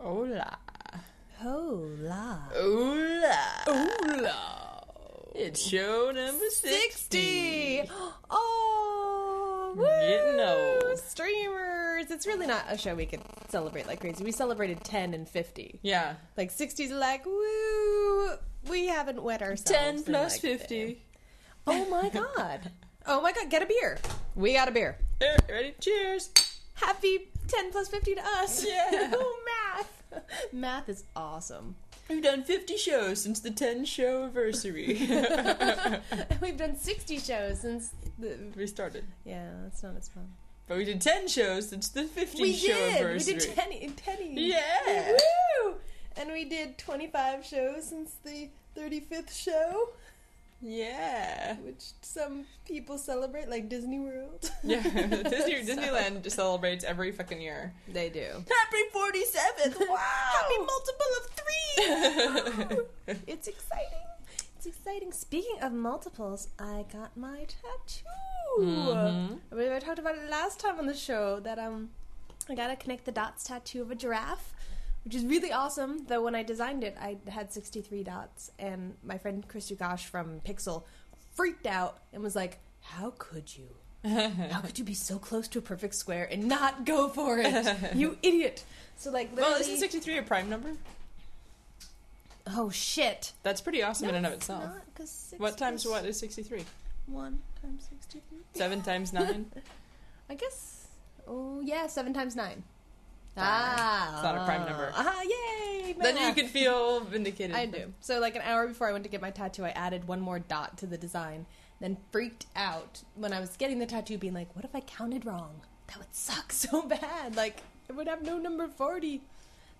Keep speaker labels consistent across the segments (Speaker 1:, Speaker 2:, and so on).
Speaker 1: Hola.
Speaker 2: Oh, Hola.
Speaker 1: Hola. Hola. It's show number 60.
Speaker 2: Oh, woo!
Speaker 1: Getting old.
Speaker 2: Streamers. It's really not a show we could celebrate like crazy. We celebrated 10 and 50.
Speaker 1: Yeah.
Speaker 2: Like 60s like, woo! We haven't wet ourselves.
Speaker 1: 10
Speaker 2: in,
Speaker 1: plus
Speaker 2: like,
Speaker 1: 50.
Speaker 2: the- Oh my god. Oh my god, get a beer. We got a beer.
Speaker 1: Eh, Ready? Cheers.
Speaker 2: Happy 10 plus 50 to us.
Speaker 1: Yeah.
Speaker 2: oh, math. Math is awesome.
Speaker 1: We've done 50 shows since the 10 show anniversary.
Speaker 2: We've done 60 shows since the.
Speaker 1: we started.
Speaker 2: Yeah, that's not as fun.
Speaker 1: But we did 10 shows since the 50 show
Speaker 2: We
Speaker 1: anniversary.
Speaker 2: did 10, 10
Speaker 1: Yeah.
Speaker 2: Woo! And we did 25 shows since the 35th show,
Speaker 1: Yeah.
Speaker 2: which some people celebrate, like Disney World.
Speaker 1: Yeah. Disney, Disneyland just celebrates every fucking year.
Speaker 2: They do.
Speaker 1: Happy 47th. Wow.
Speaker 2: Happy multiple of three! Woo! it's exciting. It's exciting. Speaking of multiples, I got my tattoo.
Speaker 1: Mhm.
Speaker 2: I mean, I talked about it last time on the show that um, I got a connect the dots tattoo of a giraffe, which is really awesome. Though when I designed it, I had 63 dots, and my friend Chris Dugash from Pixel freaked out and was like, "How could you?
Speaker 1: Mm-hmm.
Speaker 2: How could you be so close to a perfect square and not go for it? You idiot!" So like, literally,
Speaker 1: Well, isn't 63 a prime number?
Speaker 2: oh shit!
Speaker 1: That's pretty awesome in and of itself.
Speaker 2: Not, 'cause
Speaker 1: What
Speaker 2: 6
Speaker 1: times
Speaker 2: is
Speaker 1: what is 63?
Speaker 2: One times 63.
Speaker 1: 7 times 9?
Speaker 2: I guess. Oh yeah, seven times nine.
Speaker 1: Ah, it's not a prime number.
Speaker 2: Ah, yay!
Speaker 1: then you
Speaker 2: math.
Speaker 1: can feel vindicated.
Speaker 2: I do. So like an hour before I went to get my tattoo, I added one more dot to the design. Then freaked out when I was getting the tattoo, being like, "What if I counted wrong? That would suck so bad. Like it would have no number forty.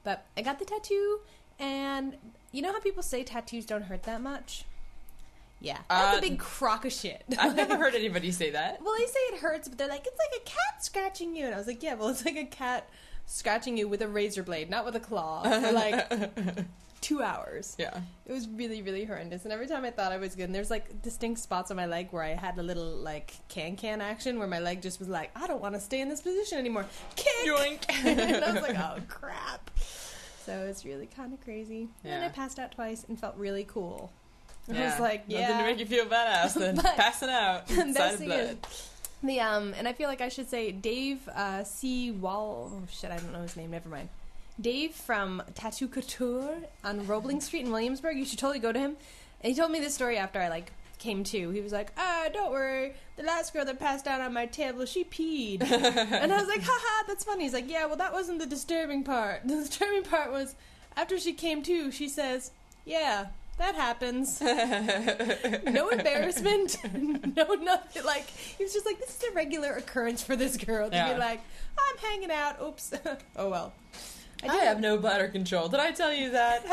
Speaker 2: But I got the tattoo, and you know how people say tattoos don't hurt that much. Yeah, that's
Speaker 1: Uh,
Speaker 2: a big crock of shit.
Speaker 1: I've never heard anybody say that.
Speaker 2: Well, they say it hurts, but they're like, it's like a cat scratching you. And I was like, yeah, well, it's like a cat scratching you with a razor blade, not with a claw, for like two hours.
Speaker 1: yeah.
Speaker 2: It was really, really horrendous. And every time I thought I was good, and there's like distinct spots on my leg where I had a little like can can action where my leg just was like, I don't want to stay in this position anymore. Kick!
Speaker 1: Yoink.
Speaker 2: and I was like, oh, crap. So it's really kind of crazy. And
Speaker 1: Yeah.
Speaker 2: I passed out twice and felt really cool. And I
Speaker 1: Yeah.
Speaker 2: was like, yeah.
Speaker 1: Nothing to make you feel badass than
Speaker 2: But-
Speaker 1: passing out. Side
Speaker 2: Best
Speaker 1: of
Speaker 2: thing
Speaker 1: blood.
Speaker 2: is, the um, and I feel like I should say Dave uh, C. Wall. Oh shit, I don't know his name. Never mind. Dave from Tattoo Couture on Roebling Street in Williamsburg. You should totally go to him. And he told me this story after I like came to. He was like, "Ah, don't worry. The last girl that passed out on my table, she peed." and I was like, "Haha, that's funny." He's like, "Yeah, well, that wasn't the disturbing part. The disturbing part was after she came to. She says, "Yeah, that happens." no embarrassment, no nothing. Like he was just like, this is a regular occurrence for this girl to
Speaker 1: Yeah.
Speaker 2: be like, I'm hanging out. Oops. oh well. I,
Speaker 1: I
Speaker 2: did
Speaker 1: have no bladder control. Did I tell you that?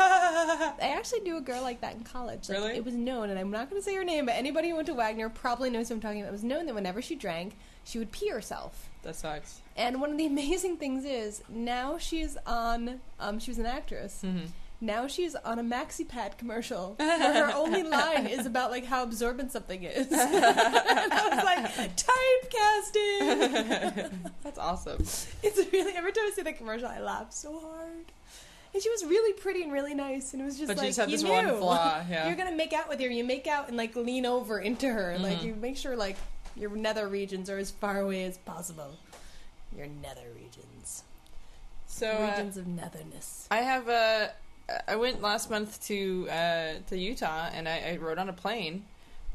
Speaker 2: I actually knew a girl like that in college. Like,
Speaker 1: Really?
Speaker 2: It was known, and I'm not going to say her name, but anybody who went to Wagner probably knows who I'm talking about. It was known that whenever she drank, she would pee herself.
Speaker 1: that sucks.
Speaker 2: And one of the amazing things is now she's on. Um, she was an actress.
Speaker 1: Mm-hmm.
Speaker 2: Now she's on a maxi pad commercial where her only line is about like how absorbent something is. and I was like, typecasting.
Speaker 1: That's awesome.
Speaker 2: It's really every time I see that commercial, I laugh so hard. And she was really pretty and really nice, and it was just
Speaker 1: But she
Speaker 2: like
Speaker 1: just had
Speaker 2: you
Speaker 1: this
Speaker 2: knew
Speaker 1: one flaw, yeah.
Speaker 2: you're gonna make out with her. You make out and like lean over into her,
Speaker 1: Mm-hmm.
Speaker 2: like you make sure like your nether regions are as far away as possible. Your nether regions,
Speaker 1: So uh,
Speaker 2: regions of netherness.
Speaker 1: I have a. I went last month to uh, to Utah and I, I rode on a plane,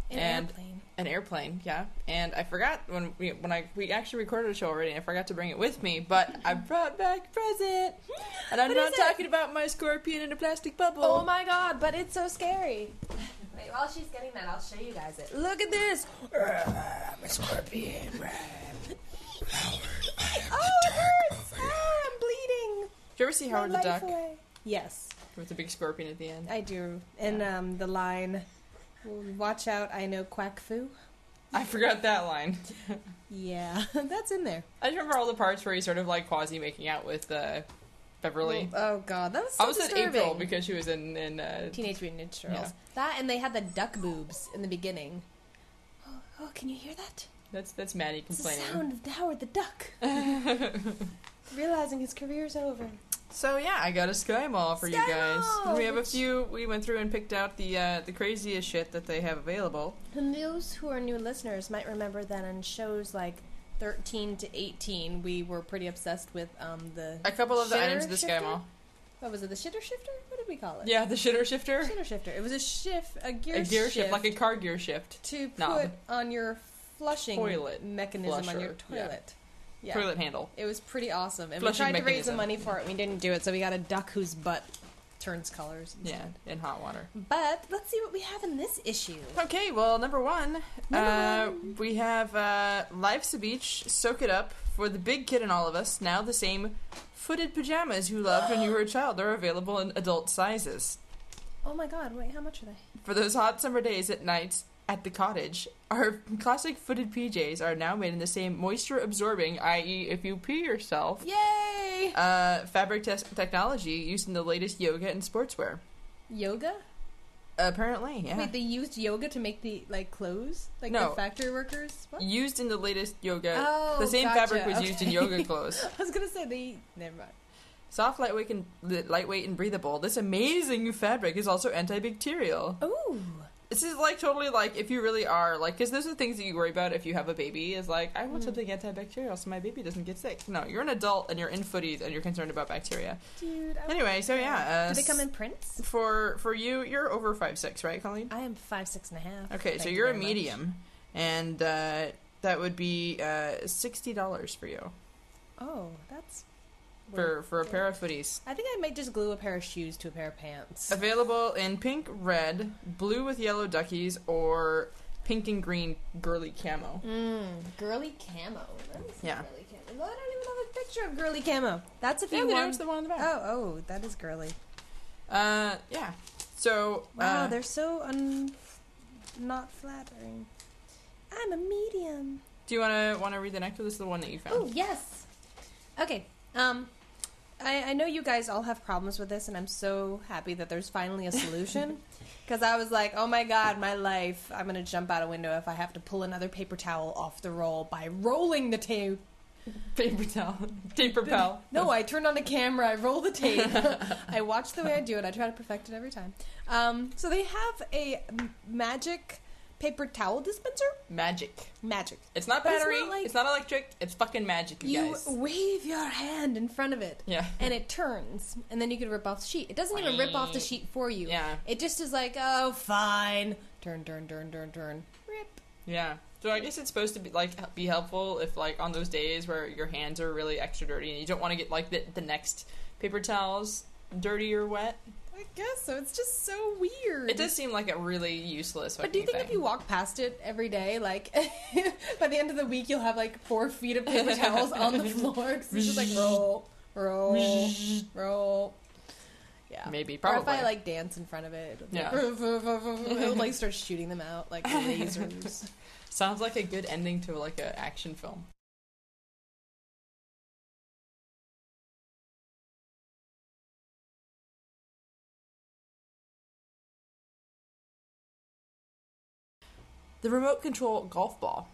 Speaker 2: An
Speaker 1: and-
Speaker 2: airplane.
Speaker 1: an airplane, yeah. And I forgot when we when I we actually recorded a show already. and I forgot to bring it with me, but I brought back a present, and I'm
Speaker 2: What
Speaker 1: not
Speaker 2: is it?
Speaker 1: talking about my scorpion in a plastic bubble.
Speaker 2: Oh my god! But it's so scary. Wait, while she's getting that, I'll show you guys it. Look at this.
Speaker 1: I'm a scorpion.
Speaker 2: Oh, it hurts! Ah, I'm bleeding.
Speaker 1: Did you ever see Howard the
Speaker 2: My
Speaker 1: Duck
Speaker 2: life away. Yes.
Speaker 1: with the big scorpion at the end?
Speaker 2: I do. And um, the line, "Watch out! I know quack foo."
Speaker 1: I forgot that line.
Speaker 2: Yeah, that's in there.
Speaker 1: I just remember all the parts where he's sort of like quasi making out with uh, Beverly.
Speaker 2: Oh God, that was so
Speaker 1: I was
Speaker 2: disturbing.
Speaker 1: at April because she was in in uh,
Speaker 2: Teenage Mutant Ninja Turtles.
Speaker 1: Yeah.
Speaker 2: That and they had the duck boobs in the beginning. Oh, oh can you hear that?
Speaker 1: that's that's Maddie
Speaker 2: It's the
Speaker 1: complaining.
Speaker 2: sound of Howard the Duck realizing his career's over.
Speaker 1: So yeah, I got a Sky Mall for
Speaker 2: Sky
Speaker 1: you guys.
Speaker 2: Mall,
Speaker 1: we have a
Speaker 2: which-
Speaker 1: few. We went through and picked out the uh, the craziest shit that they have available.
Speaker 2: And those who are new listeners might remember that on shows like 13 to 18, we were pretty obsessed with um, the.
Speaker 1: A couple of the
Speaker 2: Shitter
Speaker 1: items of the Sky
Speaker 2: shifter?
Speaker 1: Mall.
Speaker 2: What was it? The shitter shifter? What did we call it?
Speaker 1: Yeah, the shitter shifter,
Speaker 2: Shitter shifter. It was a shift, a gear,
Speaker 1: a gear shift.
Speaker 2: shift,
Speaker 1: like a car gear shift,
Speaker 2: to put
Speaker 1: knob.
Speaker 2: on your flushing
Speaker 1: Toilet
Speaker 2: mechanism on your
Speaker 1: flusher, yeah.
Speaker 2: toilet. Yeah.
Speaker 1: toilet handle.
Speaker 2: It was pretty awesome. And
Speaker 1: Flushing
Speaker 2: we tried to raise the
Speaker 1: mechanism.
Speaker 2: money for it. We didn't do it, so we got a duck whose butt turns colors.
Speaker 1: Yeah, in hot water.
Speaker 2: But let's see what we have in this issue.
Speaker 1: Okay, well, number one,
Speaker 2: Number
Speaker 1: uh, we have uh, Life's a Beach, Soak It Up, for the big kid in all of us, now the same footed pajamas you loved when you were a child are available in adult sizes.
Speaker 2: Oh my god, wait, how much are they?
Speaker 1: For those hot summer days at night at the cottage, our classic footed PJs are now made in the same moisture absorbing, i.e., if you pee yourself,
Speaker 2: Yay!
Speaker 1: uh, fabric tes- technology used in the latest yoga and sportswear.
Speaker 2: Yoga?
Speaker 1: Apparently, yeah.
Speaker 2: Wait, they used yoga to make the like clothes, like
Speaker 1: No.
Speaker 2: the factory workers. What?
Speaker 1: used in the latest yoga.
Speaker 2: Oh,
Speaker 1: the same
Speaker 2: gotcha.
Speaker 1: fabric was used in
Speaker 2: Okay.
Speaker 1: yoga clothes.
Speaker 2: I was gonna say they. Never mind.
Speaker 1: Soft, lightweight, and lightweight and breathable. This amazing fabric is also antibacterial.
Speaker 2: Ooh,
Speaker 1: This is like totally like if you really are like because those are things that you worry about if you have a baby is like I
Speaker 2: Mm.
Speaker 1: want something antibacterial so my baby doesn't get sick. No, you're an adult and you're in footies and you're concerned about bacteria.
Speaker 2: dude. I
Speaker 1: Anyway, so yeah, uh,
Speaker 2: do Oh, they come in prints?
Speaker 1: for for you? You're over five six, right, Colleen?
Speaker 2: I am five six and a half.
Speaker 1: Okay, so
Speaker 2: Thank you
Speaker 1: you're a
Speaker 2: very much.
Speaker 1: medium, and uh, that would be uh, sixty dollars for you
Speaker 2: Oh, that's.
Speaker 1: for
Speaker 2: worth
Speaker 1: for a
Speaker 2: it.
Speaker 1: pair of footies.
Speaker 2: I think I might just glue a pair of shoes to a pair of pants.
Speaker 1: Available in pink, red, blue with yellow duckies, or pink and green girly camo.
Speaker 2: Mm, girly camo. Let me see
Speaker 1: Yeah.
Speaker 2: girly camo. Well, I don't even have a picture of girly camo. That's if
Speaker 1: Yeah,
Speaker 2: you
Speaker 1: there's
Speaker 2: want.
Speaker 1: the one on the back.
Speaker 2: Oh, oh, that is girly.
Speaker 1: Uh, yeah. So,
Speaker 2: Wow,
Speaker 1: uh,
Speaker 2: they're so un- not flattering. I'm a medium.
Speaker 1: do you want to want to read the next one? This is the one that you
Speaker 2: Oh
Speaker 1: found.
Speaker 2: yes. Okay. Um, I I know you guys all have problems with this, and I'm so happy that there's finally a solution. Because I was like, oh my god, my life! I'm gonna jump out a window if I have to pull another paper towel off the roll by rolling the tape.
Speaker 1: Paper towel, paper pal.
Speaker 2: No, I turned on the camera, I roll the tape, I watch the way I do it, I try to perfect it every time. Um, so they have a m- magic paper towel dispenser.
Speaker 1: Magic.
Speaker 2: Magic.
Speaker 1: It's not
Speaker 2: But it's
Speaker 1: battery. It's
Speaker 2: not
Speaker 1: not,
Speaker 2: like-
Speaker 1: electric. It's fucking magic, you,
Speaker 2: You
Speaker 1: guys.
Speaker 2: wave your hand in front of it,
Speaker 1: yeah.
Speaker 2: and it turns, and then you can rip off the sheet. It doesn't even rip off the sheet for you.
Speaker 1: Yeah.
Speaker 2: It just is like, oh, fine. Turn, turn, turn, turn, turn. Rip.
Speaker 1: Yeah. So I guess it's supposed to be like h- be helpful if like on those days where your hands are really extra dirty and you don't want to get like the, the next paper towels dirty or wet.
Speaker 2: I guess so. It's just so weird.
Speaker 1: It does seem like a really useless.
Speaker 2: But do you
Speaker 1: fucking
Speaker 2: think if
Speaker 1: thing.
Speaker 2: you walk past it every day, like by the end of the week, you'll have like four feet of paper towels on the floor? 'cause it's just like roll, roll, roll. Yeah,
Speaker 1: Maybe
Speaker 2: Or
Speaker 1: probably.
Speaker 2: if I like dance in front of it, it'll be like,
Speaker 1: Yeah.
Speaker 2: "Ruff, ruff, ruff, ruff," it'll like start shooting them out like lasers.
Speaker 1: Sounds like a good ending to like an action film. The remote control golf ball.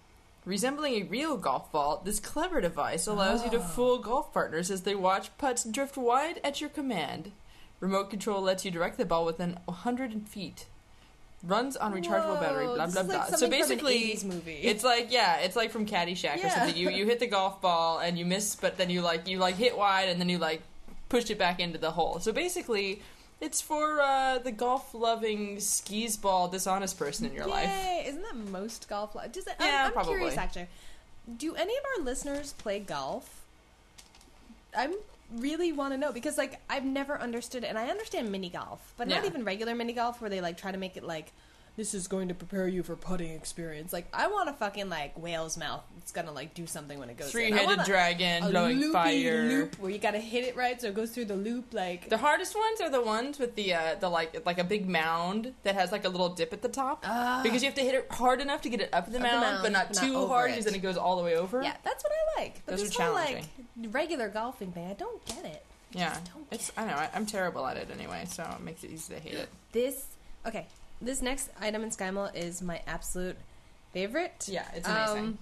Speaker 1: Resembling a real golf ball, this clever device allows you to
Speaker 2: Ah.
Speaker 1: fool golf partners as they watch putts drift wide at your command. Remote control lets you direct the ball within 100 feet. Runs on rechargeable battery,
Speaker 2: Whoa,
Speaker 1: blah,
Speaker 2: this
Speaker 1: blah,
Speaker 2: is like
Speaker 1: blah. so
Speaker 2: something from an
Speaker 1: basically,
Speaker 2: 80s movie.
Speaker 1: it's like, yeah, it's like from Caddyshack or
Speaker 2: Yeah.
Speaker 1: something. You, you hit the golf ball and you miss, but then you like, you like hit wide and then you like push it back into the hole. So basically, it's for uh, the golf loving, skis ball, dishonest person in your life.
Speaker 2: Yay! Isn't that most golf? Li- Does it,
Speaker 1: Yeah,
Speaker 2: I'm, I'm curious
Speaker 1: probably.
Speaker 2: actually. Do any of our listeners play golf? I'm really want to know because like I've never understood it, and I understand mini golf, but not
Speaker 1: Yeah.
Speaker 2: even regular mini golf where they like try to make it like this is going to prepare you for putting experience. Like I want a fucking like whale's mouth. It's gonna like do something when it goes. in. I
Speaker 1: Three headed
Speaker 2: want a-
Speaker 1: dragon
Speaker 2: a
Speaker 1: blowing
Speaker 2: loopy
Speaker 1: fire.
Speaker 2: loop where you gotta hit it right so it goes through the loop like.
Speaker 1: The hardest ones are the ones with the uh, the like like a big mound that has like a little dip at the top
Speaker 2: Ah.
Speaker 1: because you have to hit it hard enough to get it up the mound,
Speaker 2: mound,
Speaker 1: but not
Speaker 2: but not
Speaker 1: too
Speaker 2: over
Speaker 1: hard
Speaker 2: it.
Speaker 1: because then it goes all the way over.
Speaker 2: yeah, that's what I like. But
Speaker 1: Those
Speaker 2: this
Speaker 1: are
Speaker 2: whole like regular golfing thing, I don't get it.
Speaker 1: Yeah,
Speaker 2: just don't
Speaker 1: it's I know I, I'm terrible at it anyway, so it makes it easy to hate it.
Speaker 2: This okay. This next item in SkyMall is my absolute favorite.
Speaker 1: Yeah, it's amazing.
Speaker 2: Um,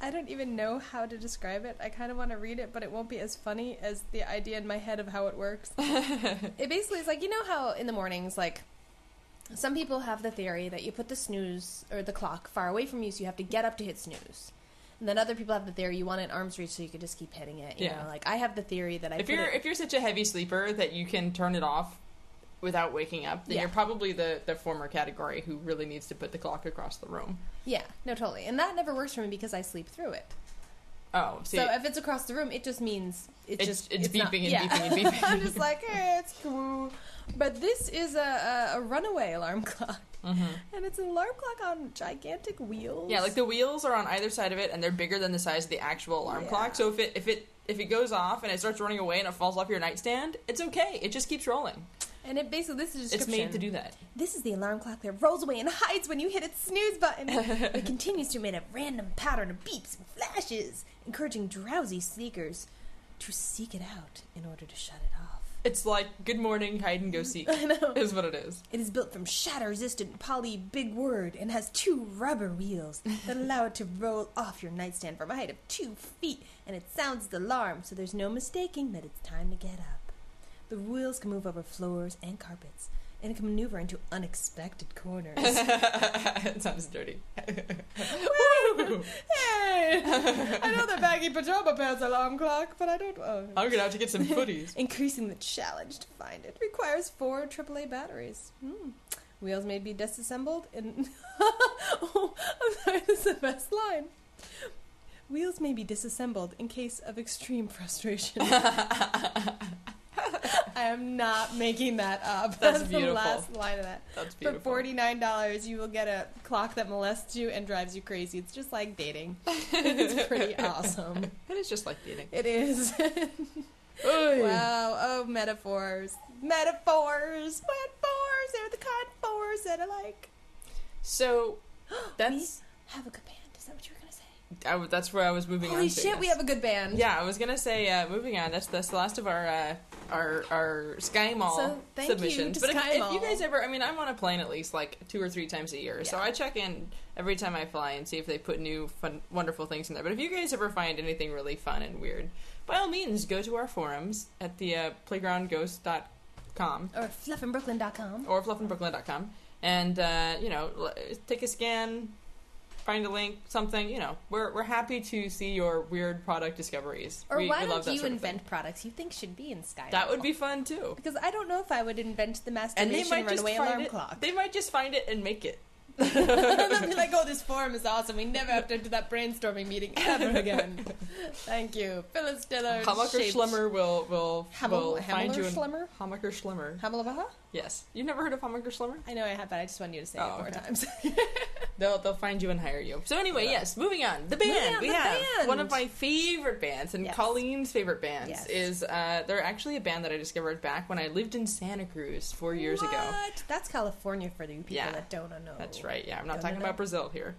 Speaker 2: I don't even know how to describe it. I kind of want to read it, but it won't be as funny as the idea in my head of how it works. it basically is like you know how in the mornings, like some people have the theory that you put the snooze or the clock far away from you, so you have to get up to hit snooze. And then other people have the theory you want it in arm's reach, so you could just keep hitting it. You
Speaker 1: Yeah.
Speaker 2: know, like I have the theory that I
Speaker 1: if
Speaker 2: put
Speaker 1: you're
Speaker 2: it-
Speaker 1: if you're such a heavy sleeper that you can turn it off without waking up, then
Speaker 2: Yeah.
Speaker 1: you're probably the the former category who really needs to put the clock across the room.
Speaker 2: yeah, no, totally. And that never works for me because I sleep through it.
Speaker 1: Oh, see,
Speaker 2: so if it's across the room, it just means it's,
Speaker 1: It's-
Speaker 2: just
Speaker 1: it's
Speaker 2: not-
Speaker 1: beeping and
Speaker 2: yeah.
Speaker 1: beeping and beeping.
Speaker 2: I'm just like, eh, it's cool. But this is a, a, a runaway alarm clock, and it's an alarm clock on gigantic wheels.
Speaker 1: mm-hmm. yeah, like the wheels are on either side of it, and they're bigger than the size of the actual alarm
Speaker 2: Yeah.
Speaker 1: clock. So if it if it if it goes off and it starts running away and it falls off your nightstand, it's okay. It just keeps rolling.
Speaker 2: and it basically this is a
Speaker 1: It's
Speaker 2: description.
Speaker 1: made to do that.
Speaker 2: This is the alarm clock that rolls away and hides when you hit its snooze button. it continues to emit a random pattern of beeps and flashes, encouraging drowsy seekers to seek it out in order to shut it off.
Speaker 1: It's like good morning, hide and go seek.
Speaker 2: I know.
Speaker 1: is what it is.
Speaker 2: It is built from shatter-resistant poly big word and has two rubber wheels that allow it to roll off your nightstand from a height of two feet. And it sounds the alarm, so there's no mistaking that it's time to get up. The wheels can move over floors and carpets, and it can maneuver into unexpected corners.
Speaker 1: it sounds dirty.
Speaker 2: Woo! hey! I know the baggy pajama pants alarm clock, but I don't. Oh.
Speaker 1: I'm gonna have to get some footies.
Speaker 2: Increasing the challenge to find it requires four AAA batteries. Hmm. Wheels may be disassembled in. oh, I'm sorry, this is the best line. Wheels may be disassembled in case of extreme frustration. I am not making that up.
Speaker 1: That's
Speaker 2: the
Speaker 1: beautiful.
Speaker 2: last line of that.
Speaker 1: That's beautiful.
Speaker 2: For forty nine dollars, you will get a clock that molests you and drives you crazy. It's just like dating. it's pretty awesome.
Speaker 1: It is just like dating.
Speaker 2: It is. Wow. Oh, metaphors. Metaphors. Metaphors. They're the kind of fours that I like.
Speaker 1: So that's
Speaker 2: Have a good band. Is that what you were going to say?
Speaker 1: I w that's where I was moving on.
Speaker 2: Holy
Speaker 1: to,
Speaker 2: shit,
Speaker 1: yes.
Speaker 2: we have a good band.
Speaker 1: Yeah, I was gonna say uh, moving on. That's that's the last of our uh, our our Sky Mall
Speaker 2: So, thank you
Speaker 1: submissions.
Speaker 2: to
Speaker 1: but
Speaker 2: Sky
Speaker 1: if, if
Speaker 2: Mall.
Speaker 1: you guys ever, I mean, I'm on a plane at least like two or three times a year, so
Speaker 2: Yeah.
Speaker 1: I check in every time I fly and see if they put new fun, wonderful things in there. But if you guys ever find anything really fun and weird, by all means, go to our forums at the uh, playgroundghost.com
Speaker 2: Or fluffinbrooklyn.com.
Speaker 1: or fluffinbrooklyn.com and uh, you know l- take a scan find a link something you know we're, we're happy to see your weird product discoveries
Speaker 2: Or
Speaker 1: we,
Speaker 2: why
Speaker 1: we love
Speaker 2: don't
Speaker 1: that
Speaker 2: you
Speaker 1: sort of thing.
Speaker 2: invent products you think should be in Sky?
Speaker 1: that would be fun too
Speaker 2: Because I don't know if I would invent the
Speaker 1: and they
Speaker 2: masturbation
Speaker 1: might just
Speaker 2: runaway
Speaker 1: find
Speaker 2: alarm
Speaker 1: it,
Speaker 2: clock.
Speaker 1: they might just find it and make it
Speaker 2: They'll be like, oh, this forum is awesome. We never have to do that brainstorming meeting ever again. Thank you. Phyllis Dillard.
Speaker 1: Hamaker
Speaker 2: Shapes-
Speaker 1: Schlemmer will will, will
Speaker 2: Hamel,
Speaker 1: find you
Speaker 2: Hameler
Speaker 1: in
Speaker 2: Schlemmer?
Speaker 1: Hamaker Schlemmer
Speaker 2: Hamelabaha?
Speaker 1: yes you've never heard of Hamaker Schlemmer
Speaker 2: I know I have, but I just wanted you to say
Speaker 1: Oh,
Speaker 2: it more
Speaker 1: okay.
Speaker 2: times.
Speaker 1: They'll they'll find you and hire you. So anyway, yes, moving on. The band
Speaker 2: Moving on,
Speaker 1: we
Speaker 2: the
Speaker 1: have
Speaker 2: band.
Speaker 1: one of my favorite bands and
Speaker 2: Yes.
Speaker 1: Colleen's favorite bands
Speaker 2: Yes.
Speaker 1: is uh, they're actually a band that I discovered back when I lived in Santa Cruz four years ago.
Speaker 2: What? That's California for you people
Speaker 1: Yeah.
Speaker 2: that don't know.
Speaker 1: That's right. Yeah, I'm not
Speaker 2: Don't
Speaker 1: talking
Speaker 2: know.
Speaker 1: about Brazil here.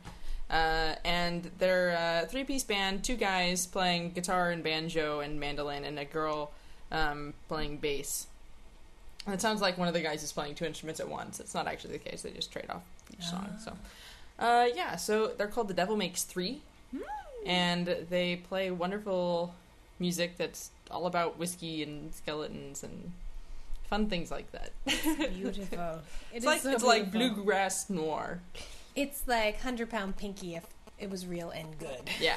Speaker 1: Uh, and they're a three piece band, two guys playing guitar and banjo and mandolin, and a girl um, playing bass. And it sounds like one of the guys is playing two instruments at once. It's not actually the case, they just trade off each song. So, uh, yeah, so they're called The Devil Makes Three. And they play wonderful music that's all about whiskey and skeletons and fun things like that.
Speaker 2: Beautiful.
Speaker 1: It's like it's like bluegrass noir.
Speaker 2: It's like hundred pound pinky if it was real and good.
Speaker 1: Yeah.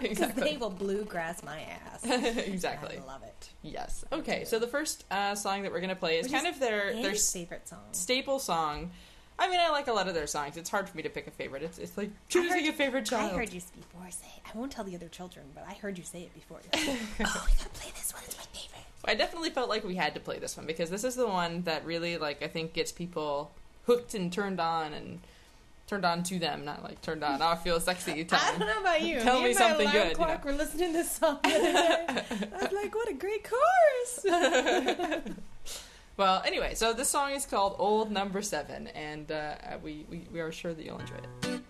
Speaker 1: exactly.
Speaker 2: they will bluegrass my ass.
Speaker 1: exactly.
Speaker 2: I love it.
Speaker 1: Yes. Okay. So the first uh, song that we're gonna play is
Speaker 2: Which
Speaker 1: kind
Speaker 2: is
Speaker 1: of their
Speaker 2: And
Speaker 1: their
Speaker 2: his
Speaker 1: s-
Speaker 2: favorite song.
Speaker 1: staple song. I mean, I like a lot of their songs. It's hard for me to pick a favorite. It's, it's like choosing a
Speaker 2: heard-
Speaker 1: favorite
Speaker 2: I
Speaker 1: child.
Speaker 2: heard you s- before say it. I won't tell the other children, but I heard you say it before. You're like, oh, we gotta play this one. It's my favorite.
Speaker 1: I definitely felt like we had to play this one because this is the one that really like I think gets people hooked and turned on and turned on to them, not like turned on. Oh, I feel sexy.
Speaker 2: I don't
Speaker 1: Time.
Speaker 2: know about you.
Speaker 1: Tell me
Speaker 2: and
Speaker 1: something
Speaker 2: my alarm
Speaker 1: good, you know.
Speaker 2: Clock, We're listening to this song. The other day. I was like, what a great chorus.
Speaker 1: Well, anyway, so this song is called "Old Number Seven, and uh, we, we we are sure that you'll enjoy it.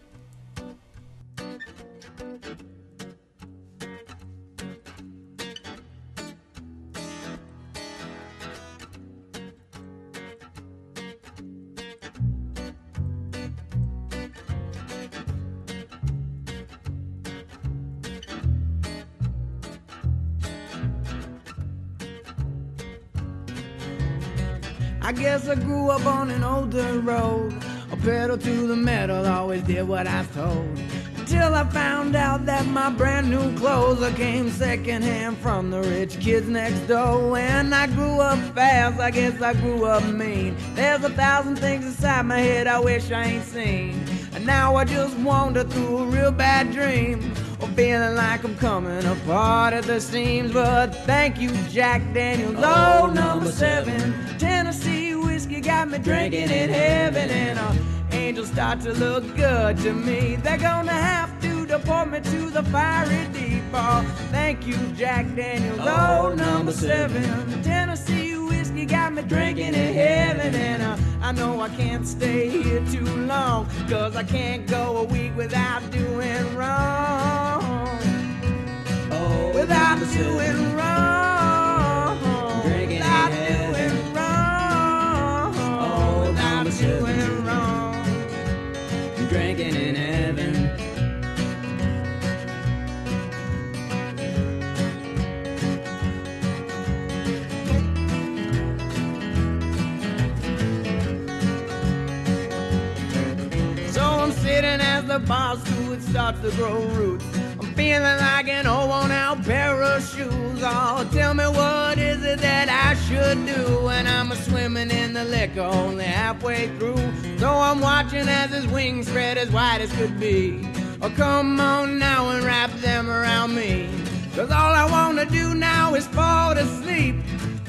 Speaker 3: I guess I grew up on an older road. A pedal to the metal, always did what I was told. Till I found out that my brand new clothes I came secondhand from the rich kids next door. And I grew up fast, I guess I grew up mean. There's a thousand things inside my head I wish I ain't seen. And now I just wander through a real bad dream. Or feeling like I'm coming apart at the seams. But thank you, Jack Daniels. Oh, number seven. Tennessee whiskey got me drinking in heaven. And uh, angels start to look good to me. They're gonna have to deport me to the fiery deep. Oh, thank you, Jack Daniels. Oh, number seven. Tennessee whiskey got me drinking in heaven. And uh, I know I can't stay here too long. Cause I can't go a week without doing wrong. Oh, Without doing wrong. Without doing wrong. Without doing wrong.
Speaker 4: Drinking in heaven.
Speaker 3: So I'm sitting as the bar stool starts to grow roots. I'm feeling like an old worn out pair of shoes. Oh, tell me what is it that I should do when I'm a swimming in the liquor only halfway through. So I'm watching as his wings spread as wide as could be. Oh, come on now and wrap them around me. Cause all I wanna do now is fall to sleep.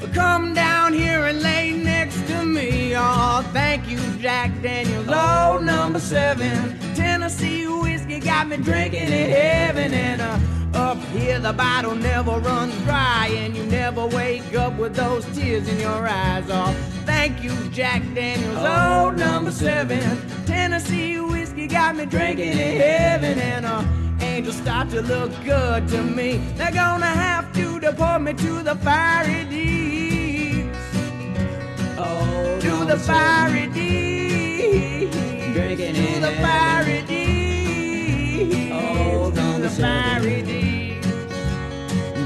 Speaker 3: But come down here and lay next to me. Oh, thank you, Jack Daniels. Oh, number seven. Tennessee whiskey got me drinking in heaven. And uh, up here, the bottle never runs dry. And you never wake up with those tears in your eyes. Oh, thank you, Jack Daniels. Oh, number seven. Tennessee whiskey got me drinking in heaven. And uh, angels start to look good to me. They're gonna have to deport me to the fiery deeps.
Speaker 4: Oh,
Speaker 3: To the fiery deeps.
Speaker 4: Drinking
Speaker 3: To
Speaker 4: in
Speaker 3: the
Speaker 4: heaven.
Speaker 3: fiery deeps.
Speaker 4: Oh,
Speaker 3: To the
Speaker 4: number seven.
Speaker 3: fiery deeps.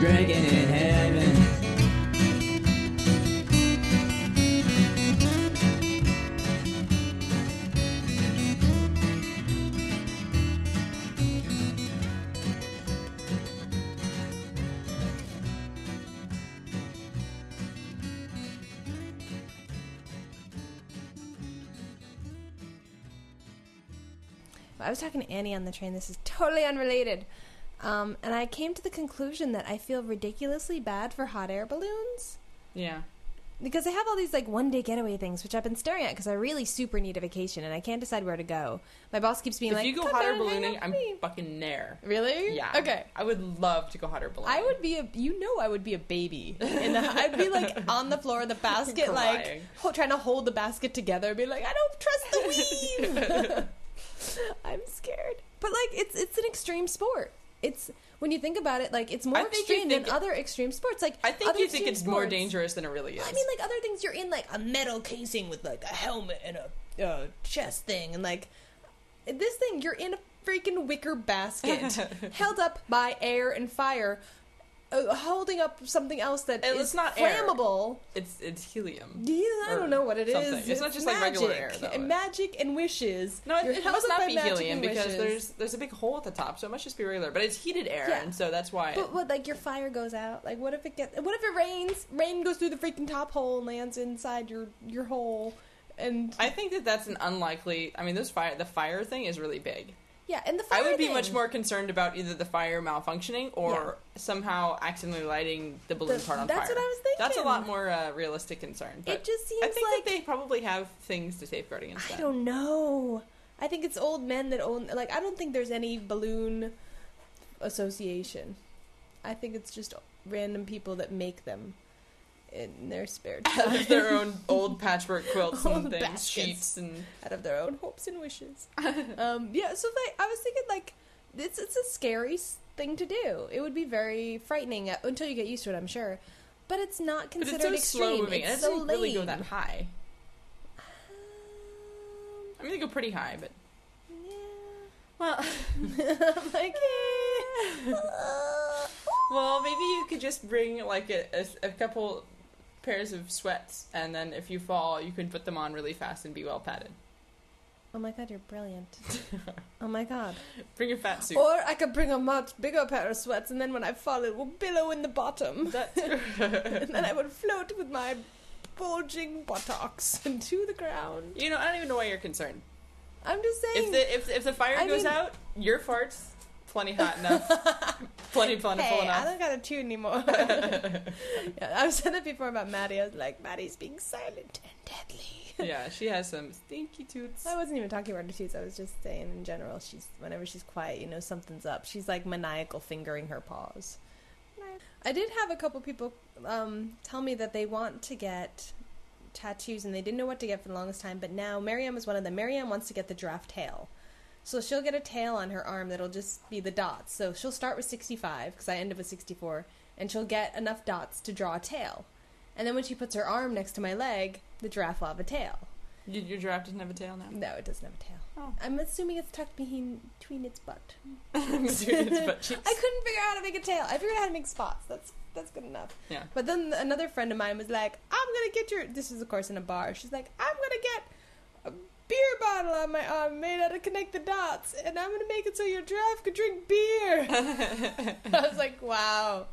Speaker 4: Drinking in heaven.
Speaker 2: I was talking to Annie on the train. This is totally unrelated. Um, and I came to the conclusion that I feel ridiculously bad for hot air balloons
Speaker 1: Yeah.
Speaker 2: because I have all these like one day getaway things which I've been staring at because I really super need a vacation and I can't decide where to go. My boss keeps being
Speaker 1: If
Speaker 2: like,
Speaker 1: you go
Speaker 2: "Come
Speaker 1: hot air
Speaker 2: down and hang out
Speaker 1: ballooning,
Speaker 2: with
Speaker 1: I'm
Speaker 2: me."
Speaker 1: fucking there.
Speaker 2: really
Speaker 1: Yeah.
Speaker 2: okay."
Speaker 1: I would love to go hot air ballooning.
Speaker 2: I would be a, you know, I would be a baby, and I'd be like on the floor of the basket, like
Speaker 1: Crying.
Speaker 2: ho- trying to hold the basket together, be like, I don't trust the weave. I'm scared, but like it's it's an extreme sport. It's when you think about it, like it's more
Speaker 1: I think you
Speaker 2: extreme than
Speaker 1: think-
Speaker 2: other extreme sports. Like
Speaker 1: I think
Speaker 2: other
Speaker 1: you think
Speaker 2: extreme
Speaker 1: it's more
Speaker 2: sports-
Speaker 1: dangerous than it really is.
Speaker 2: I mean, like other things, you're in like a metal casing with like a helmet and a uh, chest thing, and like this thing, you're in a freaking wicker basket held up by air and fire, uh, holding up something else that
Speaker 1: And
Speaker 2: is
Speaker 1: it's not air.
Speaker 2: flammable.
Speaker 1: it's it's helium.
Speaker 2: Yeah, I
Speaker 1: Or
Speaker 2: don't know what it is.
Speaker 1: something. It's not just, like, regular air, though.
Speaker 2: And magic and wishes.
Speaker 1: No, it,
Speaker 2: You're
Speaker 1: it
Speaker 2: held
Speaker 1: must
Speaker 2: up by
Speaker 1: not be
Speaker 2: magic
Speaker 1: helium
Speaker 2: and
Speaker 1: because
Speaker 2: wishes.
Speaker 1: there's there's a big hole at the top, so it must just be regular. But it's heated air,
Speaker 2: Yeah.
Speaker 1: and so that's why.
Speaker 2: But what, like your fire goes out? Like what if it gets? What if it rains? Rain goes through the freaking top hole and lands inside your your hole, and
Speaker 1: I think that that's an unlikely. I mean, those fire the fire thing is really big.
Speaker 2: yeah, and the fire.
Speaker 1: I would be
Speaker 2: thing.
Speaker 1: much more concerned about either the fire malfunctioning or somehow accidentally lighting the balloon
Speaker 2: The-
Speaker 1: part on
Speaker 2: that's
Speaker 1: fire.
Speaker 2: what I was
Speaker 1: That's a
Speaker 2: thinking.
Speaker 1: lot more uh, realistic concern. But
Speaker 2: It just seems
Speaker 1: I think
Speaker 2: like
Speaker 1: that they probably have things to safeguard against
Speaker 2: I
Speaker 1: that.
Speaker 2: don't know. I think it's old men that own. Like I don't think there's any balloon association. I think it's just random people that make them in their spare
Speaker 1: Out
Speaker 2: time
Speaker 1: of their own old patchwork quilts
Speaker 2: Old
Speaker 1: and things,
Speaker 2: baskets.
Speaker 1: sheets and
Speaker 2: out of their own hopes and wishes. um, yeah. So like I was thinking like it's it's a scary s- thing to do. It would be very frightening uh, until you get used to it. I'm sure. But it's not
Speaker 1: but
Speaker 2: considered
Speaker 1: it's so
Speaker 2: extreme.
Speaker 1: slow moving.
Speaker 2: It's
Speaker 1: and it
Speaker 2: so
Speaker 1: doesn't really go
Speaker 2: lame.
Speaker 1: that high.
Speaker 2: Um,
Speaker 1: I mean, they go pretty high, but
Speaker 2: Well, I'm like, eh.
Speaker 1: well, maybe you could just bring like a, a, a couple pairs of sweats, and then if you fall, you can put them on really fast and be well padded.
Speaker 2: Oh my god, you're brilliant. oh my god.
Speaker 1: Bring a fat suit.
Speaker 2: Or I could bring a much bigger pair of sweats, and then when I fall, it will billow in the bottom.
Speaker 1: That's
Speaker 2: and then I would float with my bulging buttocks into the ground.
Speaker 1: you know, I don't even know why you're concerned.
Speaker 2: I'm just
Speaker 1: If
Speaker 2: saying.
Speaker 1: the if, if the fire
Speaker 2: I
Speaker 1: goes
Speaker 2: mean-
Speaker 1: out, your farts plenty hot enough, plenty plentiful
Speaker 2: hey, I
Speaker 1: enough.
Speaker 2: don't gotta chew anymore. yeah, I've said that before about Maddie. I was like, Maddie's being silent and deadly.
Speaker 1: Yeah, she has some stinky toots.
Speaker 2: I wasn't even talking about her tooth. I was just saying in general. She's whenever she's quiet, you know something's up. She's like maniacal fingering her paws. I did have a couple people um, tell me that they want to get tattoos and they didn't know what to get for the longest time. But now Miriam is one of them. Miriam wants to get the giraffe tail. So she'll get a tail on her arm that'll just be the dots. So she'll start with 65 because I end up with 64, and she'll get enough dots to draw a tail. And then when she puts her arm next to my leg, the giraffe will have a tail.
Speaker 1: You, your giraffe doesn't have a tail now.
Speaker 2: No, it doesn't have a tail.
Speaker 1: Oh.
Speaker 2: I'm assuming it's tucked behin- between its butt.
Speaker 1: Dude, it's butt cheeks.
Speaker 2: I couldn't figure out how to make a tail. I figured out how to make spots. That's that's good enough.
Speaker 1: Yeah.
Speaker 2: But then another friend of mine was like, "I'm gonna get your." This is of course in a bar. She's like, "I'm gonna get a beer bottle on my arm made out of connect the dots, and I'm gonna make it so your giraffe could drink beer." I was like, "Wow."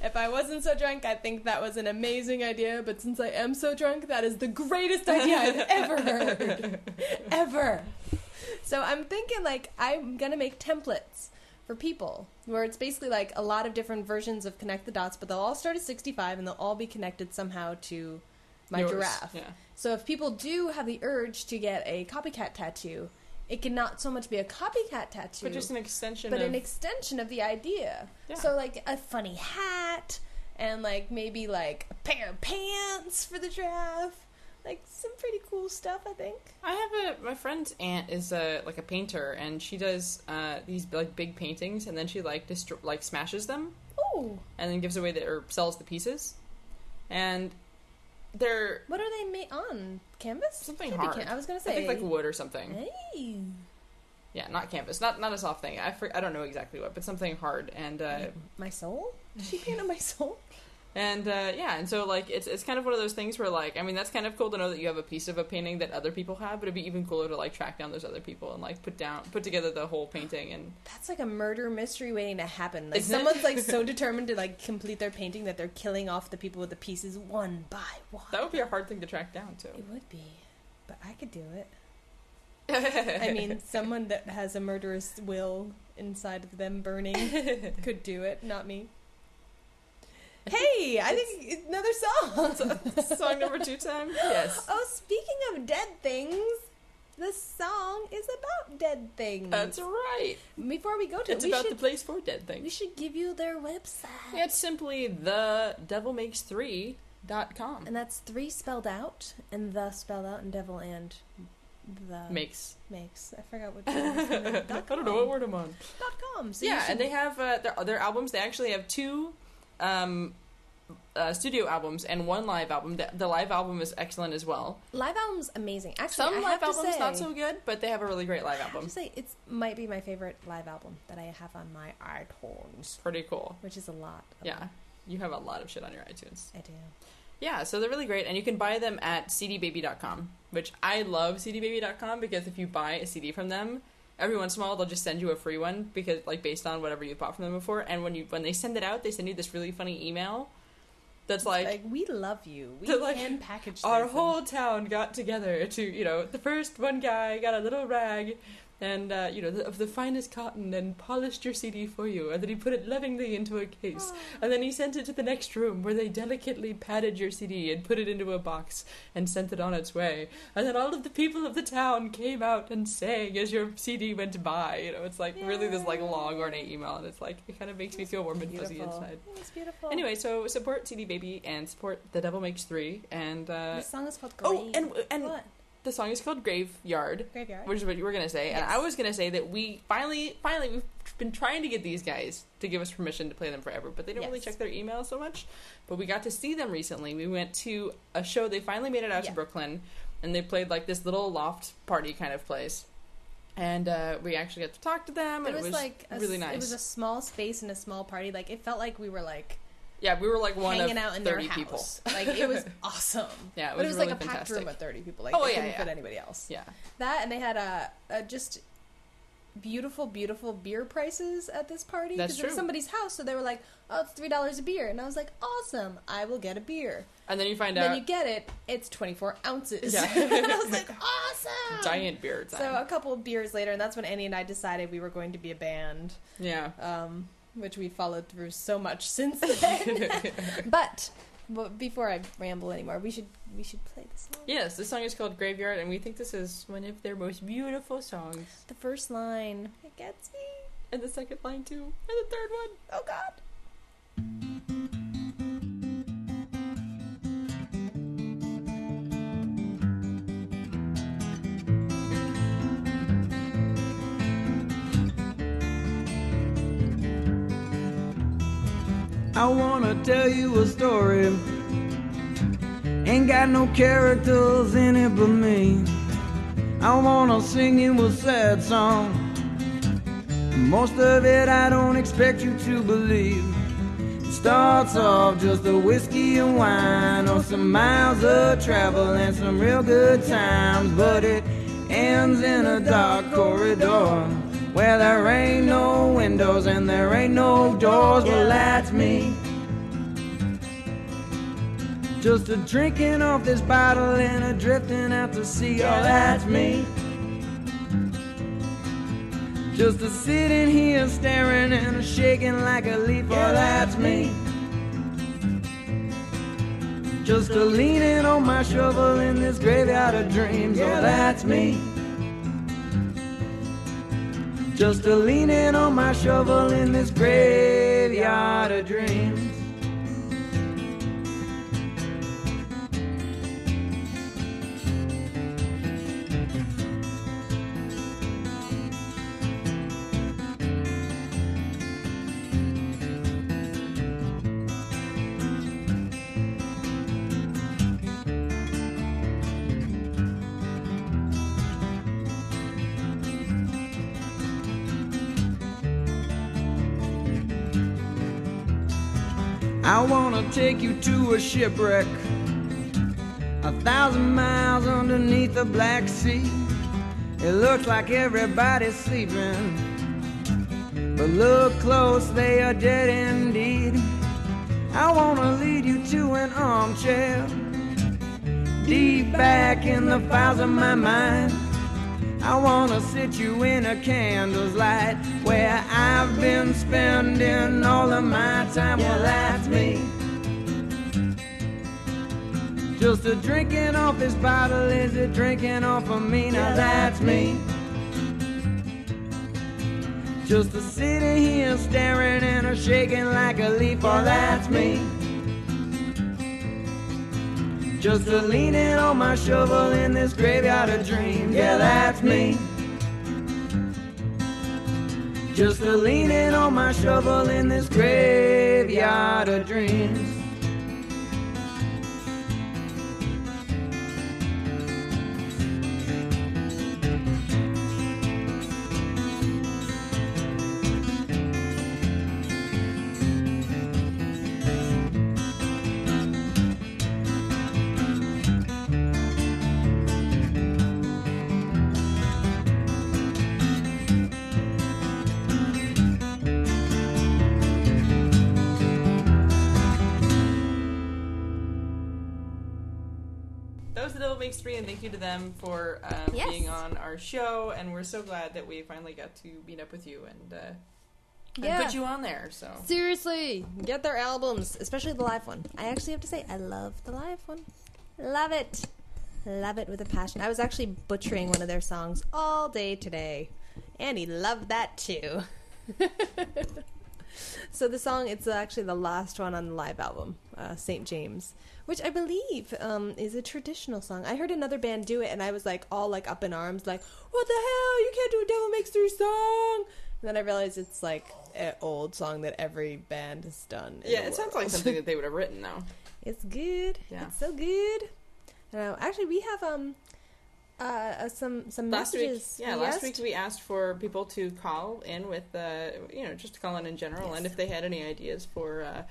Speaker 2: If I wasn't so drunk, I think that was an amazing idea. But since I am so drunk, that is the greatest idea I've ever heard, ever. So I'm thinking like I'm gonna make templates for people where it's basically like a lot of different versions of connect the dots, but they'll all start at 65 and they'll all be connected somehow to my
Speaker 1: Yours,
Speaker 2: giraffe.
Speaker 1: Yeah.
Speaker 2: So if people do have the urge to get a copycat tattoo, it can not so much be a copycat tattoo,
Speaker 1: But just an extension
Speaker 2: but
Speaker 1: of
Speaker 2: an extension of the idea.
Speaker 1: Yeah.
Speaker 2: So like a funny hat and like maybe like a pair of pants for the giraffe. Like some pretty cool stuff, I think.
Speaker 1: I have a my friend's aunt is a like a painter and she does uh, these like big paintings and then she like distro- like smashes them
Speaker 2: Ooh,
Speaker 1: and then gives away the or sells the pieces and they're
Speaker 2: what are they made on? Canvas?
Speaker 1: Something
Speaker 2: Can't be
Speaker 1: hard.
Speaker 2: can- I was gonna
Speaker 1: I
Speaker 2: say
Speaker 1: think like wood or something.
Speaker 2: Hey.
Speaker 1: Yeah, not canvas, not not a soft thing. I for, I don't know exactly what, but something hard and uh,
Speaker 2: My soul? Did she paint on my soul?
Speaker 1: and uh, yeah, and so like it's it's kind of one of those things where like I mean that's kind of cool to know that you have a piece of a painting that other people have, but it'd be even cooler to like track down those other people and like put down put together the whole painting and
Speaker 2: That's like a murder mystery waiting to happen. Like
Speaker 1: Isn't it?
Speaker 2: someone's like so determined to like complete their painting that they're killing off the people with the pieces one by one.
Speaker 1: that would be a hard thing to track down too.
Speaker 2: It would be, but I could do it. I mean, someone that has a murderous will inside of them burning could do it, not me. Hey, I think another song.
Speaker 1: Song number two time? Yes.
Speaker 2: oh, speaking of dead things, the song is about dead things.
Speaker 1: That's right.
Speaker 2: Before we go to
Speaker 1: It's
Speaker 2: it, we
Speaker 1: about
Speaker 2: should
Speaker 1: the place for dead
Speaker 2: we
Speaker 1: things.
Speaker 2: should give you their website.
Speaker 1: Yeah, it's simply the devil makes three dot com.
Speaker 2: And that's three spelled out, and the spelled out, and devil and the
Speaker 1: Makes.
Speaker 2: makes. I forgot what.
Speaker 1: uh, I don't know what word I'm on.
Speaker 2: Dot com. So you
Speaker 1: yeah,
Speaker 2: should-
Speaker 1: and they have uh, their their albums. They actually have two um, uh, studio albums and one live album. The, the live album is excellent as well.
Speaker 2: live albums amazing. Actually,
Speaker 1: Some
Speaker 2: I have
Speaker 1: live
Speaker 2: to
Speaker 1: albums
Speaker 2: say,
Speaker 1: not so good, but they have a really great live
Speaker 2: I have
Speaker 1: album.
Speaker 2: to say, it's might be my favorite live album that I have on my iTunes,
Speaker 1: Pretty cool.
Speaker 2: which is a lot. Of
Speaker 1: Yeah, you have a lot of shit on your iTunes.
Speaker 2: I do.
Speaker 1: Yeah, so they're really great, and you can buy them at cdbaby.com, which I love cdbaby.com because if you buy a CD from them, every once in a while they'll just send you a free one because like based on whatever you bought from them before, and when you when they send it out, they send you this really funny email that's
Speaker 2: Like,
Speaker 1: like,
Speaker 2: we love you. We
Speaker 1: They're like,
Speaker 2: can package
Speaker 1: our
Speaker 2: this
Speaker 1: whole town got together to you know the first one guy got a little rag. And uh, you know the, of the finest cotton, and polished your CD for you, and then he put it lovingly into a
Speaker 2: and-
Speaker 1: case, and then he sent it to the next room where they delicately padded your CD and put it into a box and sent it on its way. And then all of the people of the town came out and sang as your CD went by. You know, it's like really this like long ornate email, and it's like it kind of makes me feel warm and fuzzy
Speaker 2: Beautiful.
Speaker 1: inside.
Speaker 2: It was beautiful.
Speaker 1: Anyway, so support CD Baby and support The Devil Makes Three, and uh,
Speaker 2: the song is called. Grave.
Speaker 1: oh, and and
Speaker 2: what?
Speaker 1: the song is called Graveyard.
Speaker 2: Graveyard.
Speaker 1: Which is what you were gonna say, and
Speaker 2: Yes.
Speaker 1: I was gonna say that we finally, finally, we've been trying to get these guys to give us permission to play them forever, but they don't really
Speaker 2: Yes.
Speaker 1: check their email so much. But we got to see them recently. We went to a show. They finally made it out
Speaker 2: Yeah.
Speaker 1: to Brooklyn, and they played like this little loft party kind of place. And uh, we actually got to talk to them.
Speaker 2: It
Speaker 1: and
Speaker 2: was,
Speaker 1: it was
Speaker 2: like a,
Speaker 1: really
Speaker 2: s-
Speaker 1: nice.
Speaker 2: It was a small space and a small party. Like it felt like we were like
Speaker 1: Yeah, we were like one
Speaker 2: hanging
Speaker 1: of
Speaker 2: out in their
Speaker 1: 30
Speaker 2: house.
Speaker 1: people.
Speaker 2: Like it was awesome.
Speaker 1: Yeah, it
Speaker 2: but it
Speaker 1: was
Speaker 2: was
Speaker 1: really
Speaker 2: like a packed
Speaker 1: fantastic.
Speaker 2: room of thirty people. Like
Speaker 1: Oh,
Speaker 2: they
Speaker 1: yeah,
Speaker 2: couldn't
Speaker 1: yeah.
Speaker 2: fit anybody else.
Speaker 1: Yeah.
Speaker 2: That and they had a, a just beautiful, beautiful beer prices at this party
Speaker 1: That's
Speaker 2: it was
Speaker 1: true.
Speaker 2: somebody's house. So they were like, "Oh, it's three dollars a beer," and I was like, "Awesome! I will get a beer."
Speaker 1: And then you find
Speaker 2: And then
Speaker 1: out
Speaker 2: you get it; it's twenty four ounces.
Speaker 1: Yeah.
Speaker 2: and I was like, "Awesome!"
Speaker 1: giant beer time.
Speaker 2: So a couple of beers later, and that's when Annie and I decided we were going to be a band
Speaker 1: yeah.
Speaker 2: um, which we followed through so much since then. but, but before I ramble anymore, we should we should play this song.
Speaker 1: Yes, this song is called Graveyard, and we think this is one of their most beautiful songs.
Speaker 2: The first line, it gets me.
Speaker 1: And the second line, too. And the third one.
Speaker 2: Oh God.
Speaker 3: I wanna tell you a story. Ain't got no characters in it but me. I wanna sing you a sad song. Most of it I don't expect you to believe. It starts off just a whiskey and wine, or some miles of travel and some real good times, but it ends in a dark corridor where there ain't no windows and there ain't no doors. Well, that's me. Just a drinking off this bottle and a drifting out to sea. Oh, that's me. Just a sitting here staring and a shaking like a leaf. Oh, that's me. Just a leaning on my shovel in this graveyard of dreams. Oh, that's me. Just a leaning on my shovel in this graveyard of dreams. I wanna take you to a shipwreck, a thousand miles underneath the Black Sea. It looks like everybody's sleeping, but look close, they are dead indeed. I wanna lead you to an armchair, deep back in the files of my mind. I wanna sit you in a candle's light where I've been spending all of my time. Well, that's me. Just a drinking off this bottle is a drinking off of me. Now that's me. Just a sitting here staring and a shaking like a leaf. Oh, that's me. Just a leaning on my shovel in this graveyard of dreams. Yeah, that's me. Just a leaning on my shovel in this graveyard of dreams.
Speaker 1: That was the Devil Makes Three, and thank you to them for um,
Speaker 2: Yes.
Speaker 1: being on our show. And we're so glad that we finally got to meet up with you and, uh, and
Speaker 2: Yeah.
Speaker 1: put you on there. So
Speaker 2: Seriously, get their albums, especially the live one. I actually have to say, I love the live one. Love it. Love it with a passion. I was actually butchering one of their songs all day today. and he loved that too. so the song, it's actually the last one on the live album, uh, St. James, which I believe um, is a traditional song. I heard another band do it and I was like all like up in arms, like, what the hell? You can't do a Devil Makes Three song. And then I realized it's like an old song that every band has done. in
Speaker 1: yeah,
Speaker 2: the
Speaker 1: it sounds
Speaker 2: world.
Speaker 1: like something that they would have written, though.
Speaker 2: It's good.
Speaker 1: Yeah.
Speaker 2: It's so good. I know. Actually, we have um uh, uh some some
Speaker 1: Last week,
Speaker 2: messages.
Speaker 1: yeah,
Speaker 2: we
Speaker 1: last
Speaker 2: asked.
Speaker 1: week we asked for people to call in with, uh, you know, just to call in in general, and
Speaker 2: Yes.
Speaker 1: if they had any ideas for uh,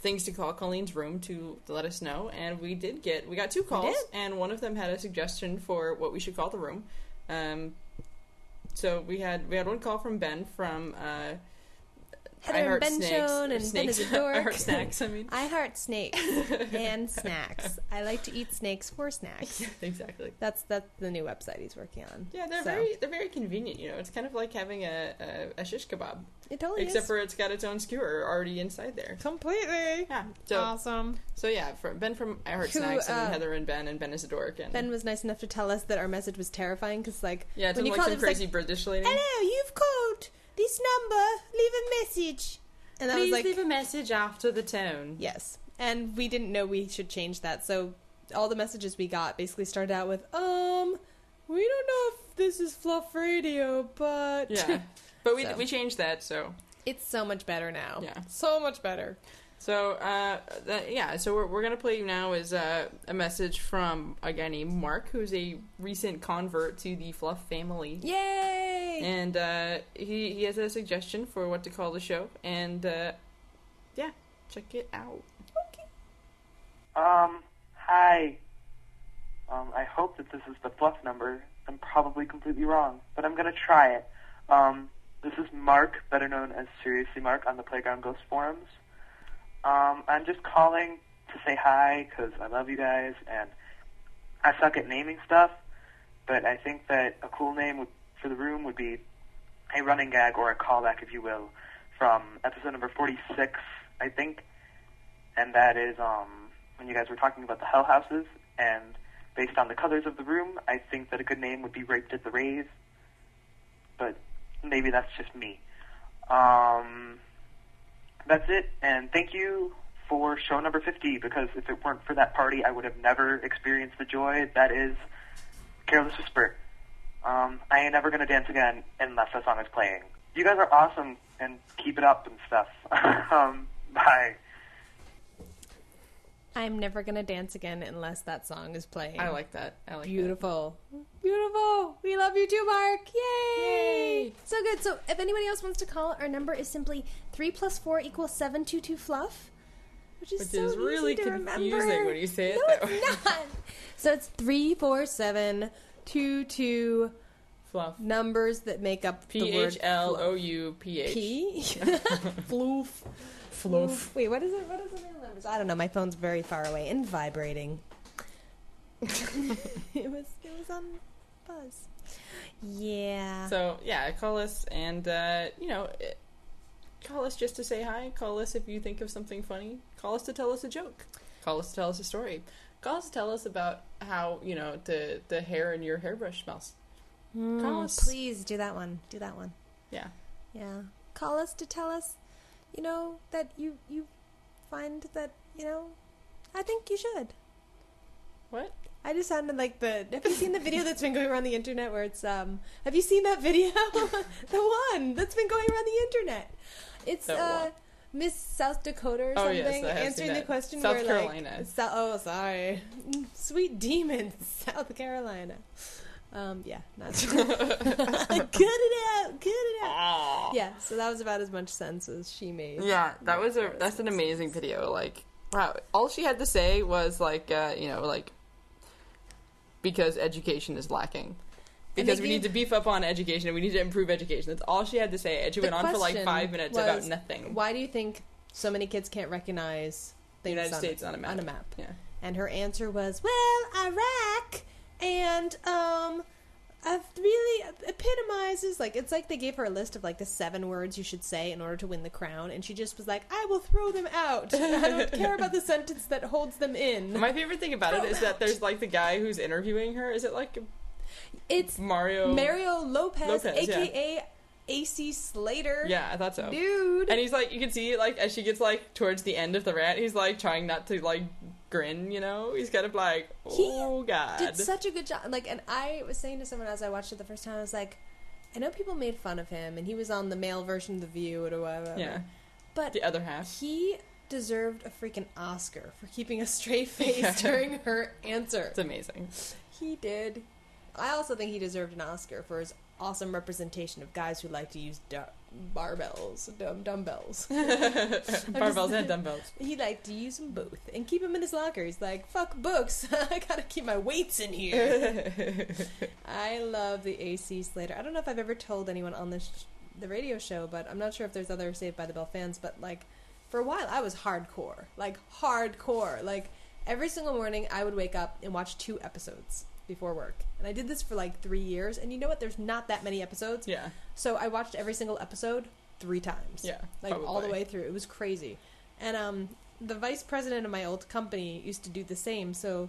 Speaker 1: things to call Colleen's room to, to let us know, and we did get we got two calls,
Speaker 2: did.
Speaker 1: and one of them had a suggestion for what we should call the room. Um, so we had we had one call from Ben from uh, I
Speaker 2: Heather
Speaker 1: Heart
Speaker 2: and
Speaker 1: Snakes
Speaker 2: Ben Shown
Speaker 1: or
Speaker 2: and Ben
Speaker 1: Snakes
Speaker 2: is a
Speaker 1: I
Speaker 2: dork.
Speaker 1: Heart Snacks. I mean,
Speaker 2: I heart snakes and snacks. I like to eat snakes for snacks.
Speaker 1: exactly.
Speaker 2: That's that's the new website he's working on.
Speaker 1: Yeah, they're
Speaker 2: So,
Speaker 1: very they're very convenient. You know, it's kind of like having a a, a shish kebab,
Speaker 2: It totally
Speaker 1: except
Speaker 2: is.
Speaker 1: for it's got its own skewer already inside there.
Speaker 2: completely
Speaker 1: Yeah. So
Speaker 2: awesome.
Speaker 1: so yeah, from Ben from I Heart
Speaker 2: Who,
Speaker 1: Snacks and
Speaker 2: uh,
Speaker 1: Heather and Ben and Ben is a dork and
Speaker 2: Ben was nice enough to tell us that our message was terrifying because, like,
Speaker 1: yeah, it's
Speaker 2: when you
Speaker 1: like
Speaker 2: called,
Speaker 1: some
Speaker 2: it was like,
Speaker 1: crazy British lady.
Speaker 2: "Hello, you've called this number. Leave a message." And I was like,
Speaker 1: a message after the tone.
Speaker 2: Yes. And we didn't know we should change that. So all the messages we got basically started out with, um, we don't know if this is fluff radio, but
Speaker 1: Yeah. But we
Speaker 2: So.
Speaker 1: we changed that, so
Speaker 2: it's so much better now.
Speaker 1: Yeah.
Speaker 2: So much better.
Speaker 1: so uh that, yeah, so we're we're gonna play you now is uh, a message from a guy named Mark who's a recent convert to the Fluff family.
Speaker 2: Yay!
Speaker 1: And uh he, he has a suggestion for what to call the show and uh yeah, check it out.
Speaker 5: Um, hi. Um, I hope that this is the fluff number. I'm probably completely wrong, but I'm gonna try it. Um, this is Mark, better known as Seriously Mark on the Playground Ghost forums. Um, I'm just calling to say hi because I love you guys and I suck at naming stuff, but I think that a cool name would, for the room would be a running gag or a callback, if you will, from episode number 46, I think and that is um, when you guys were talking about the hell houses. And based on the colors of the room, I think that a good name would be Raped at the Rave. But maybe that's just me. Um, that's it, and thank you for show number 50, because if it weren't for that party, I would have never experienced the joy that is Careless Whisper. Um, I ain't never gonna dance again unless that song is playing. You guys are awesome, and keep it up and stuff. um, bye.
Speaker 2: I'm never gonna dance again unless that song is playing.
Speaker 1: I like that. I like that.
Speaker 2: Beautiful. Beautiful. We love you too, Mark. Yay! So good. So if anybody else wants to call, our number is simply 3 plus 4 equals 722 fluff, which is,
Speaker 1: Which
Speaker 2: so
Speaker 1: is
Speaker 2: easy
Speaker 1: really
Speaker 2: to
Speaker 1: confusing
Speaker 2: remember.
Speaker 1: when you say it
Speaker 2: no,
Speaker 1: that way.
Speaker 2: it's not. So it's 34722
Speaker 1: Fluff.
Speaker 2: numbers that make up the
Speaker 1: P
Speaker 2: word
Speaker 1: H L O U P H.
Speaker 2: P. Floof.
Speaker 1: Fluff.
Speaker 2: Wait, what is it? What is the real numbers? I don't know. My phone's very far away and vibrating. it was it was on buzz. Yeah.
Speaker 1: So yeah, call us and uh, you know, it- call us just to say hi. Call us if you think of something funny. Call us to tell us a joke. Call us to tell us a story. Call us to tell us about how you know the the hair in your hairbrush smells. call us.
Speaker 2: Hmm, please do that one. Do that one.
Speaker 1: Yeah,
Speaker 2: Yeah. Call us to tell us, you know, that you you find that, you know, I think you should.
Speaker 1: what?
Speaker 2: I just sounded like the. Have you seen the video that's been going around the internet where it's um? Have you seen that video? the one that's been going around the internet. It's
Speaker 1: That
Speaker 2: uh,
Speaker 1: one.
Speaker 2: Miss South Dakota or
Speaker 1: Oh, yes,
Speaker 2: something
Speaker 1: I have seen
Speaker 2: answering the
Speaker 1: that.
Speaker 2: question
Speaker 1: South
Speaker 2: where
Speaker 1: Carolina.
Speaker 2: like so, oh sorry, sweet demon South Carolina. Um, yeah, not sure. cut it out, cut it out.
Speaker 1: Ah.
Speaker 2: Yeah, so that was about as much sense as she made.
Speaker 1: Yeah, that was a that's an amazing video. Like, wow, all she had to say was like, uh, you know, like because education is lacking.
Speaker 2: And
Speaker 1: Because
Speaker 2: they
Speaker 1: we need to
Speaker 2: gave-
Speaker 1: beef up on education and we need to improve education. That's all she had to say, and she
Speaker 2: The
Speaker 1: went on for like
Speaker 2: question
Speaker 1: five minutes
Speaker 2: was,
Speaker 1: about nothing.
Speaker 2: Why do you think so many kids can't recognize
Speaker 1: The
Speaker 2: things
Speaker 1: United
Speaker 2: on-
Speaker 1: States on a map.
Speaker 2: On a map.
Speaker 1: Yeah.
Speaker 2: And her answer was, "Well, Iraq, and um, I've really epitomizes like it's like they gave her a list of like the seven words you should say in order to win the crown, and she just was like, "I will throw them out. I don't care about the sentence that holds them in."
Speaker 1: My favorite thing about it
Speaker 2: Throw
Speaker 1: is that there's like the guy who's interviewing her. Is it like
Speaker 2: It's
Speaker 1: Mario?
Speaker 2: Mario Lopez,
Speaker 1: Lopez,
Speaker 2: aka AC Slater.
Speaker 1: Yeah, I thought so.
Speaker 2: dude.
Speaker 1: And he's like, you can see like as she gets like towards the end of the rant, he's like trying not to like grin. You know, he's kind of like,
Speaker 2: He
Speaker 1: oh god.
Speaker 2: did such a good job. Like, and I was saying to someone as I watched it the first time, I was like, I know people made fun of him, and he was on the male version of The View or whatever.
Speaker 1: yeah,
Speaker 2: But
Speaker 1: the other half.
Speaker 2: he deserved a freaking Oscar for keeping a straight face
Speaker 1: Yeah.
Speaker 2: during her answer.
Speaker 1: It's amazing.
Speaker 2: He did. I also think he deserved an Oscar for his awesome representation of guys who like to use dar- barbells, dumb dumbbells.
Speaker 1: Barbells and dumbbells.
Speaker 2: He liked to use them both and keep them in his locker. He's like, fuck books. I gotta keep my weights in here. I love the AC Slater. I don't know if I've ever told anyone on this sh- the radio show, but I'm not sure if there's other Saved by the Bell fans. But like, for a while, I was hardcore, like hardcore. Like every single morning, I would wake up and watch two episodes before work, and I did this for like three years. And you know what? There's not that many episodes,
Speaker 1: Yeah,
Speaker 2: so I watched every single episode three times
Speaker 1: yeah.
Speaker 2: like all the
Speaker 1: probably.
Speaker 2: way through. It was crazy. And um, the vice president of my old company used to do the same. So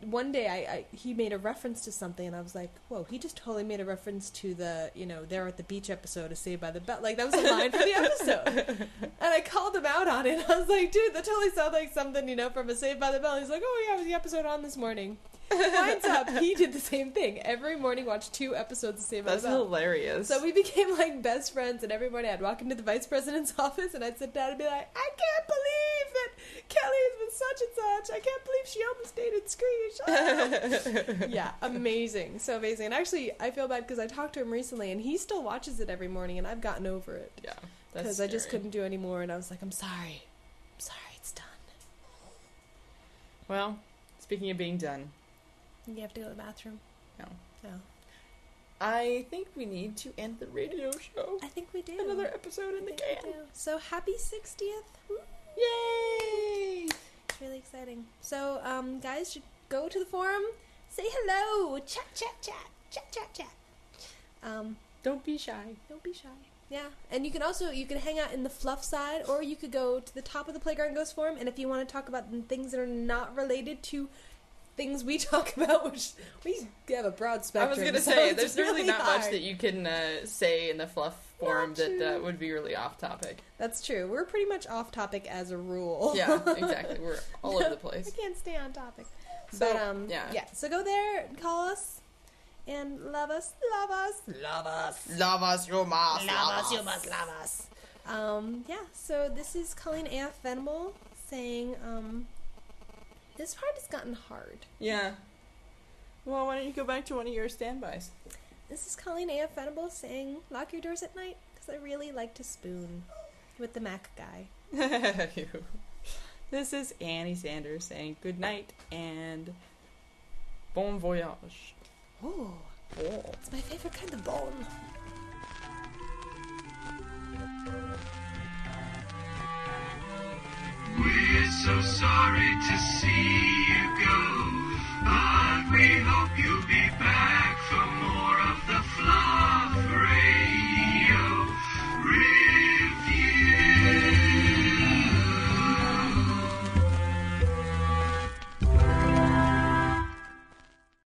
Speaker 2: one day, I, I he made a reference to something, and I was like, "Whoa!" He just totally made a reference to the you know they're at the beach episode of Saved by the Bell. Like that was a line for the episode, and I called him out on it. I was like, "Dude, that totally sounds like something you know from a Saved by the Bell." He's like, "Oh yeah, it was the episode on this morning." Winds up, he did the same thing every morning. Watched two episodes of Saved by
Speaker 1: That's
Speaker 2: the Bell.
Speaker 1: hilarious.
Speaker 2: So we became like best friends, and every morning I'd walk into the vice president's office and I'd sit down and be like, I can't believe that Kelly has been such and such. I can't believe she almost dated Screech. Ah. yeah, amazing. So amazing. And actually, I feel bad because I talked to him recently and he still watches it every morning, and I've gotten over it
Speaker 1: yeah, that's
Speaker 2: because I just
Speaker 1: scary.
Speaker 2: couldn't do any more. And I was like, I'm sorry. I'm sorry, it's done.
Speaker 1: Well, speaking of being done,
Speaker 2: You have to go to the bathroom.
Speaker 1: No.
Speaker 2: No.
Speaker 1: I think we need to end the radio show.
Speaker 2: I think we do.
Speaker 1: Another episode in the can.
Speaker 2: So happy 60th.
Speaker 1: Yay!
Speaker 2: It's really exciting. So, um, guys should go to the forum, say hello, chat, chat, chat, chat, chat, chat. Um,
Speaker 1: Don't be shy.
Speaker 2: don't be shy. Yeah, and you can also you can hang out in the fluff side, or you could go to the top of the playground ghost forum. And if you want to talk about things that are not related to things we talk about, which we have a broad
Speaker 1: I
Speaker 2: spectrum.
Speaker 1: was gonna
Speaker 2: so
Speaker 1: say,
Speaker 2: it's
Speaker 1: there's really, not much
Speaker 2: hard.
Speaker 1: that you can uh, say in the fluff form
Speaker 2: Not
Speaker 1: that uh,
Speaker 2: true.
Speaker 1: would be really off topic.
Speaker 2: That's true. We're pretty much off topic as a rule.
Speaker 1: Yeah, exactly. We're all over the
Speaker 2: I
Speaker 1: place.
Speaker 2: can't stay on topic.
Speaker 1: So,
Speaker 2: but um,
Speaker 1: yeah.
Speaker 2: yeah. So go there, and call us, and love us, love us, love us,
Speaker 1: Love us, you must.
Speaker 2: must love us. Um, yeah. So this is Colleen AF Venable saying, um, this part has gotten hard.
Speaker 1: Yeah. Well, why don't you go back to one of your standbys?
Speaker 2: This is Colleen AF Venable saying, lock your doors at night because I really like to spoon with the Mac guy.
Speaker 1: You. this is Annie Sanders saying good night and bon voyage.
Speaker 2: Oh, it's my favorite kind of bone.
Speaker 6: We're so sorry to see you go.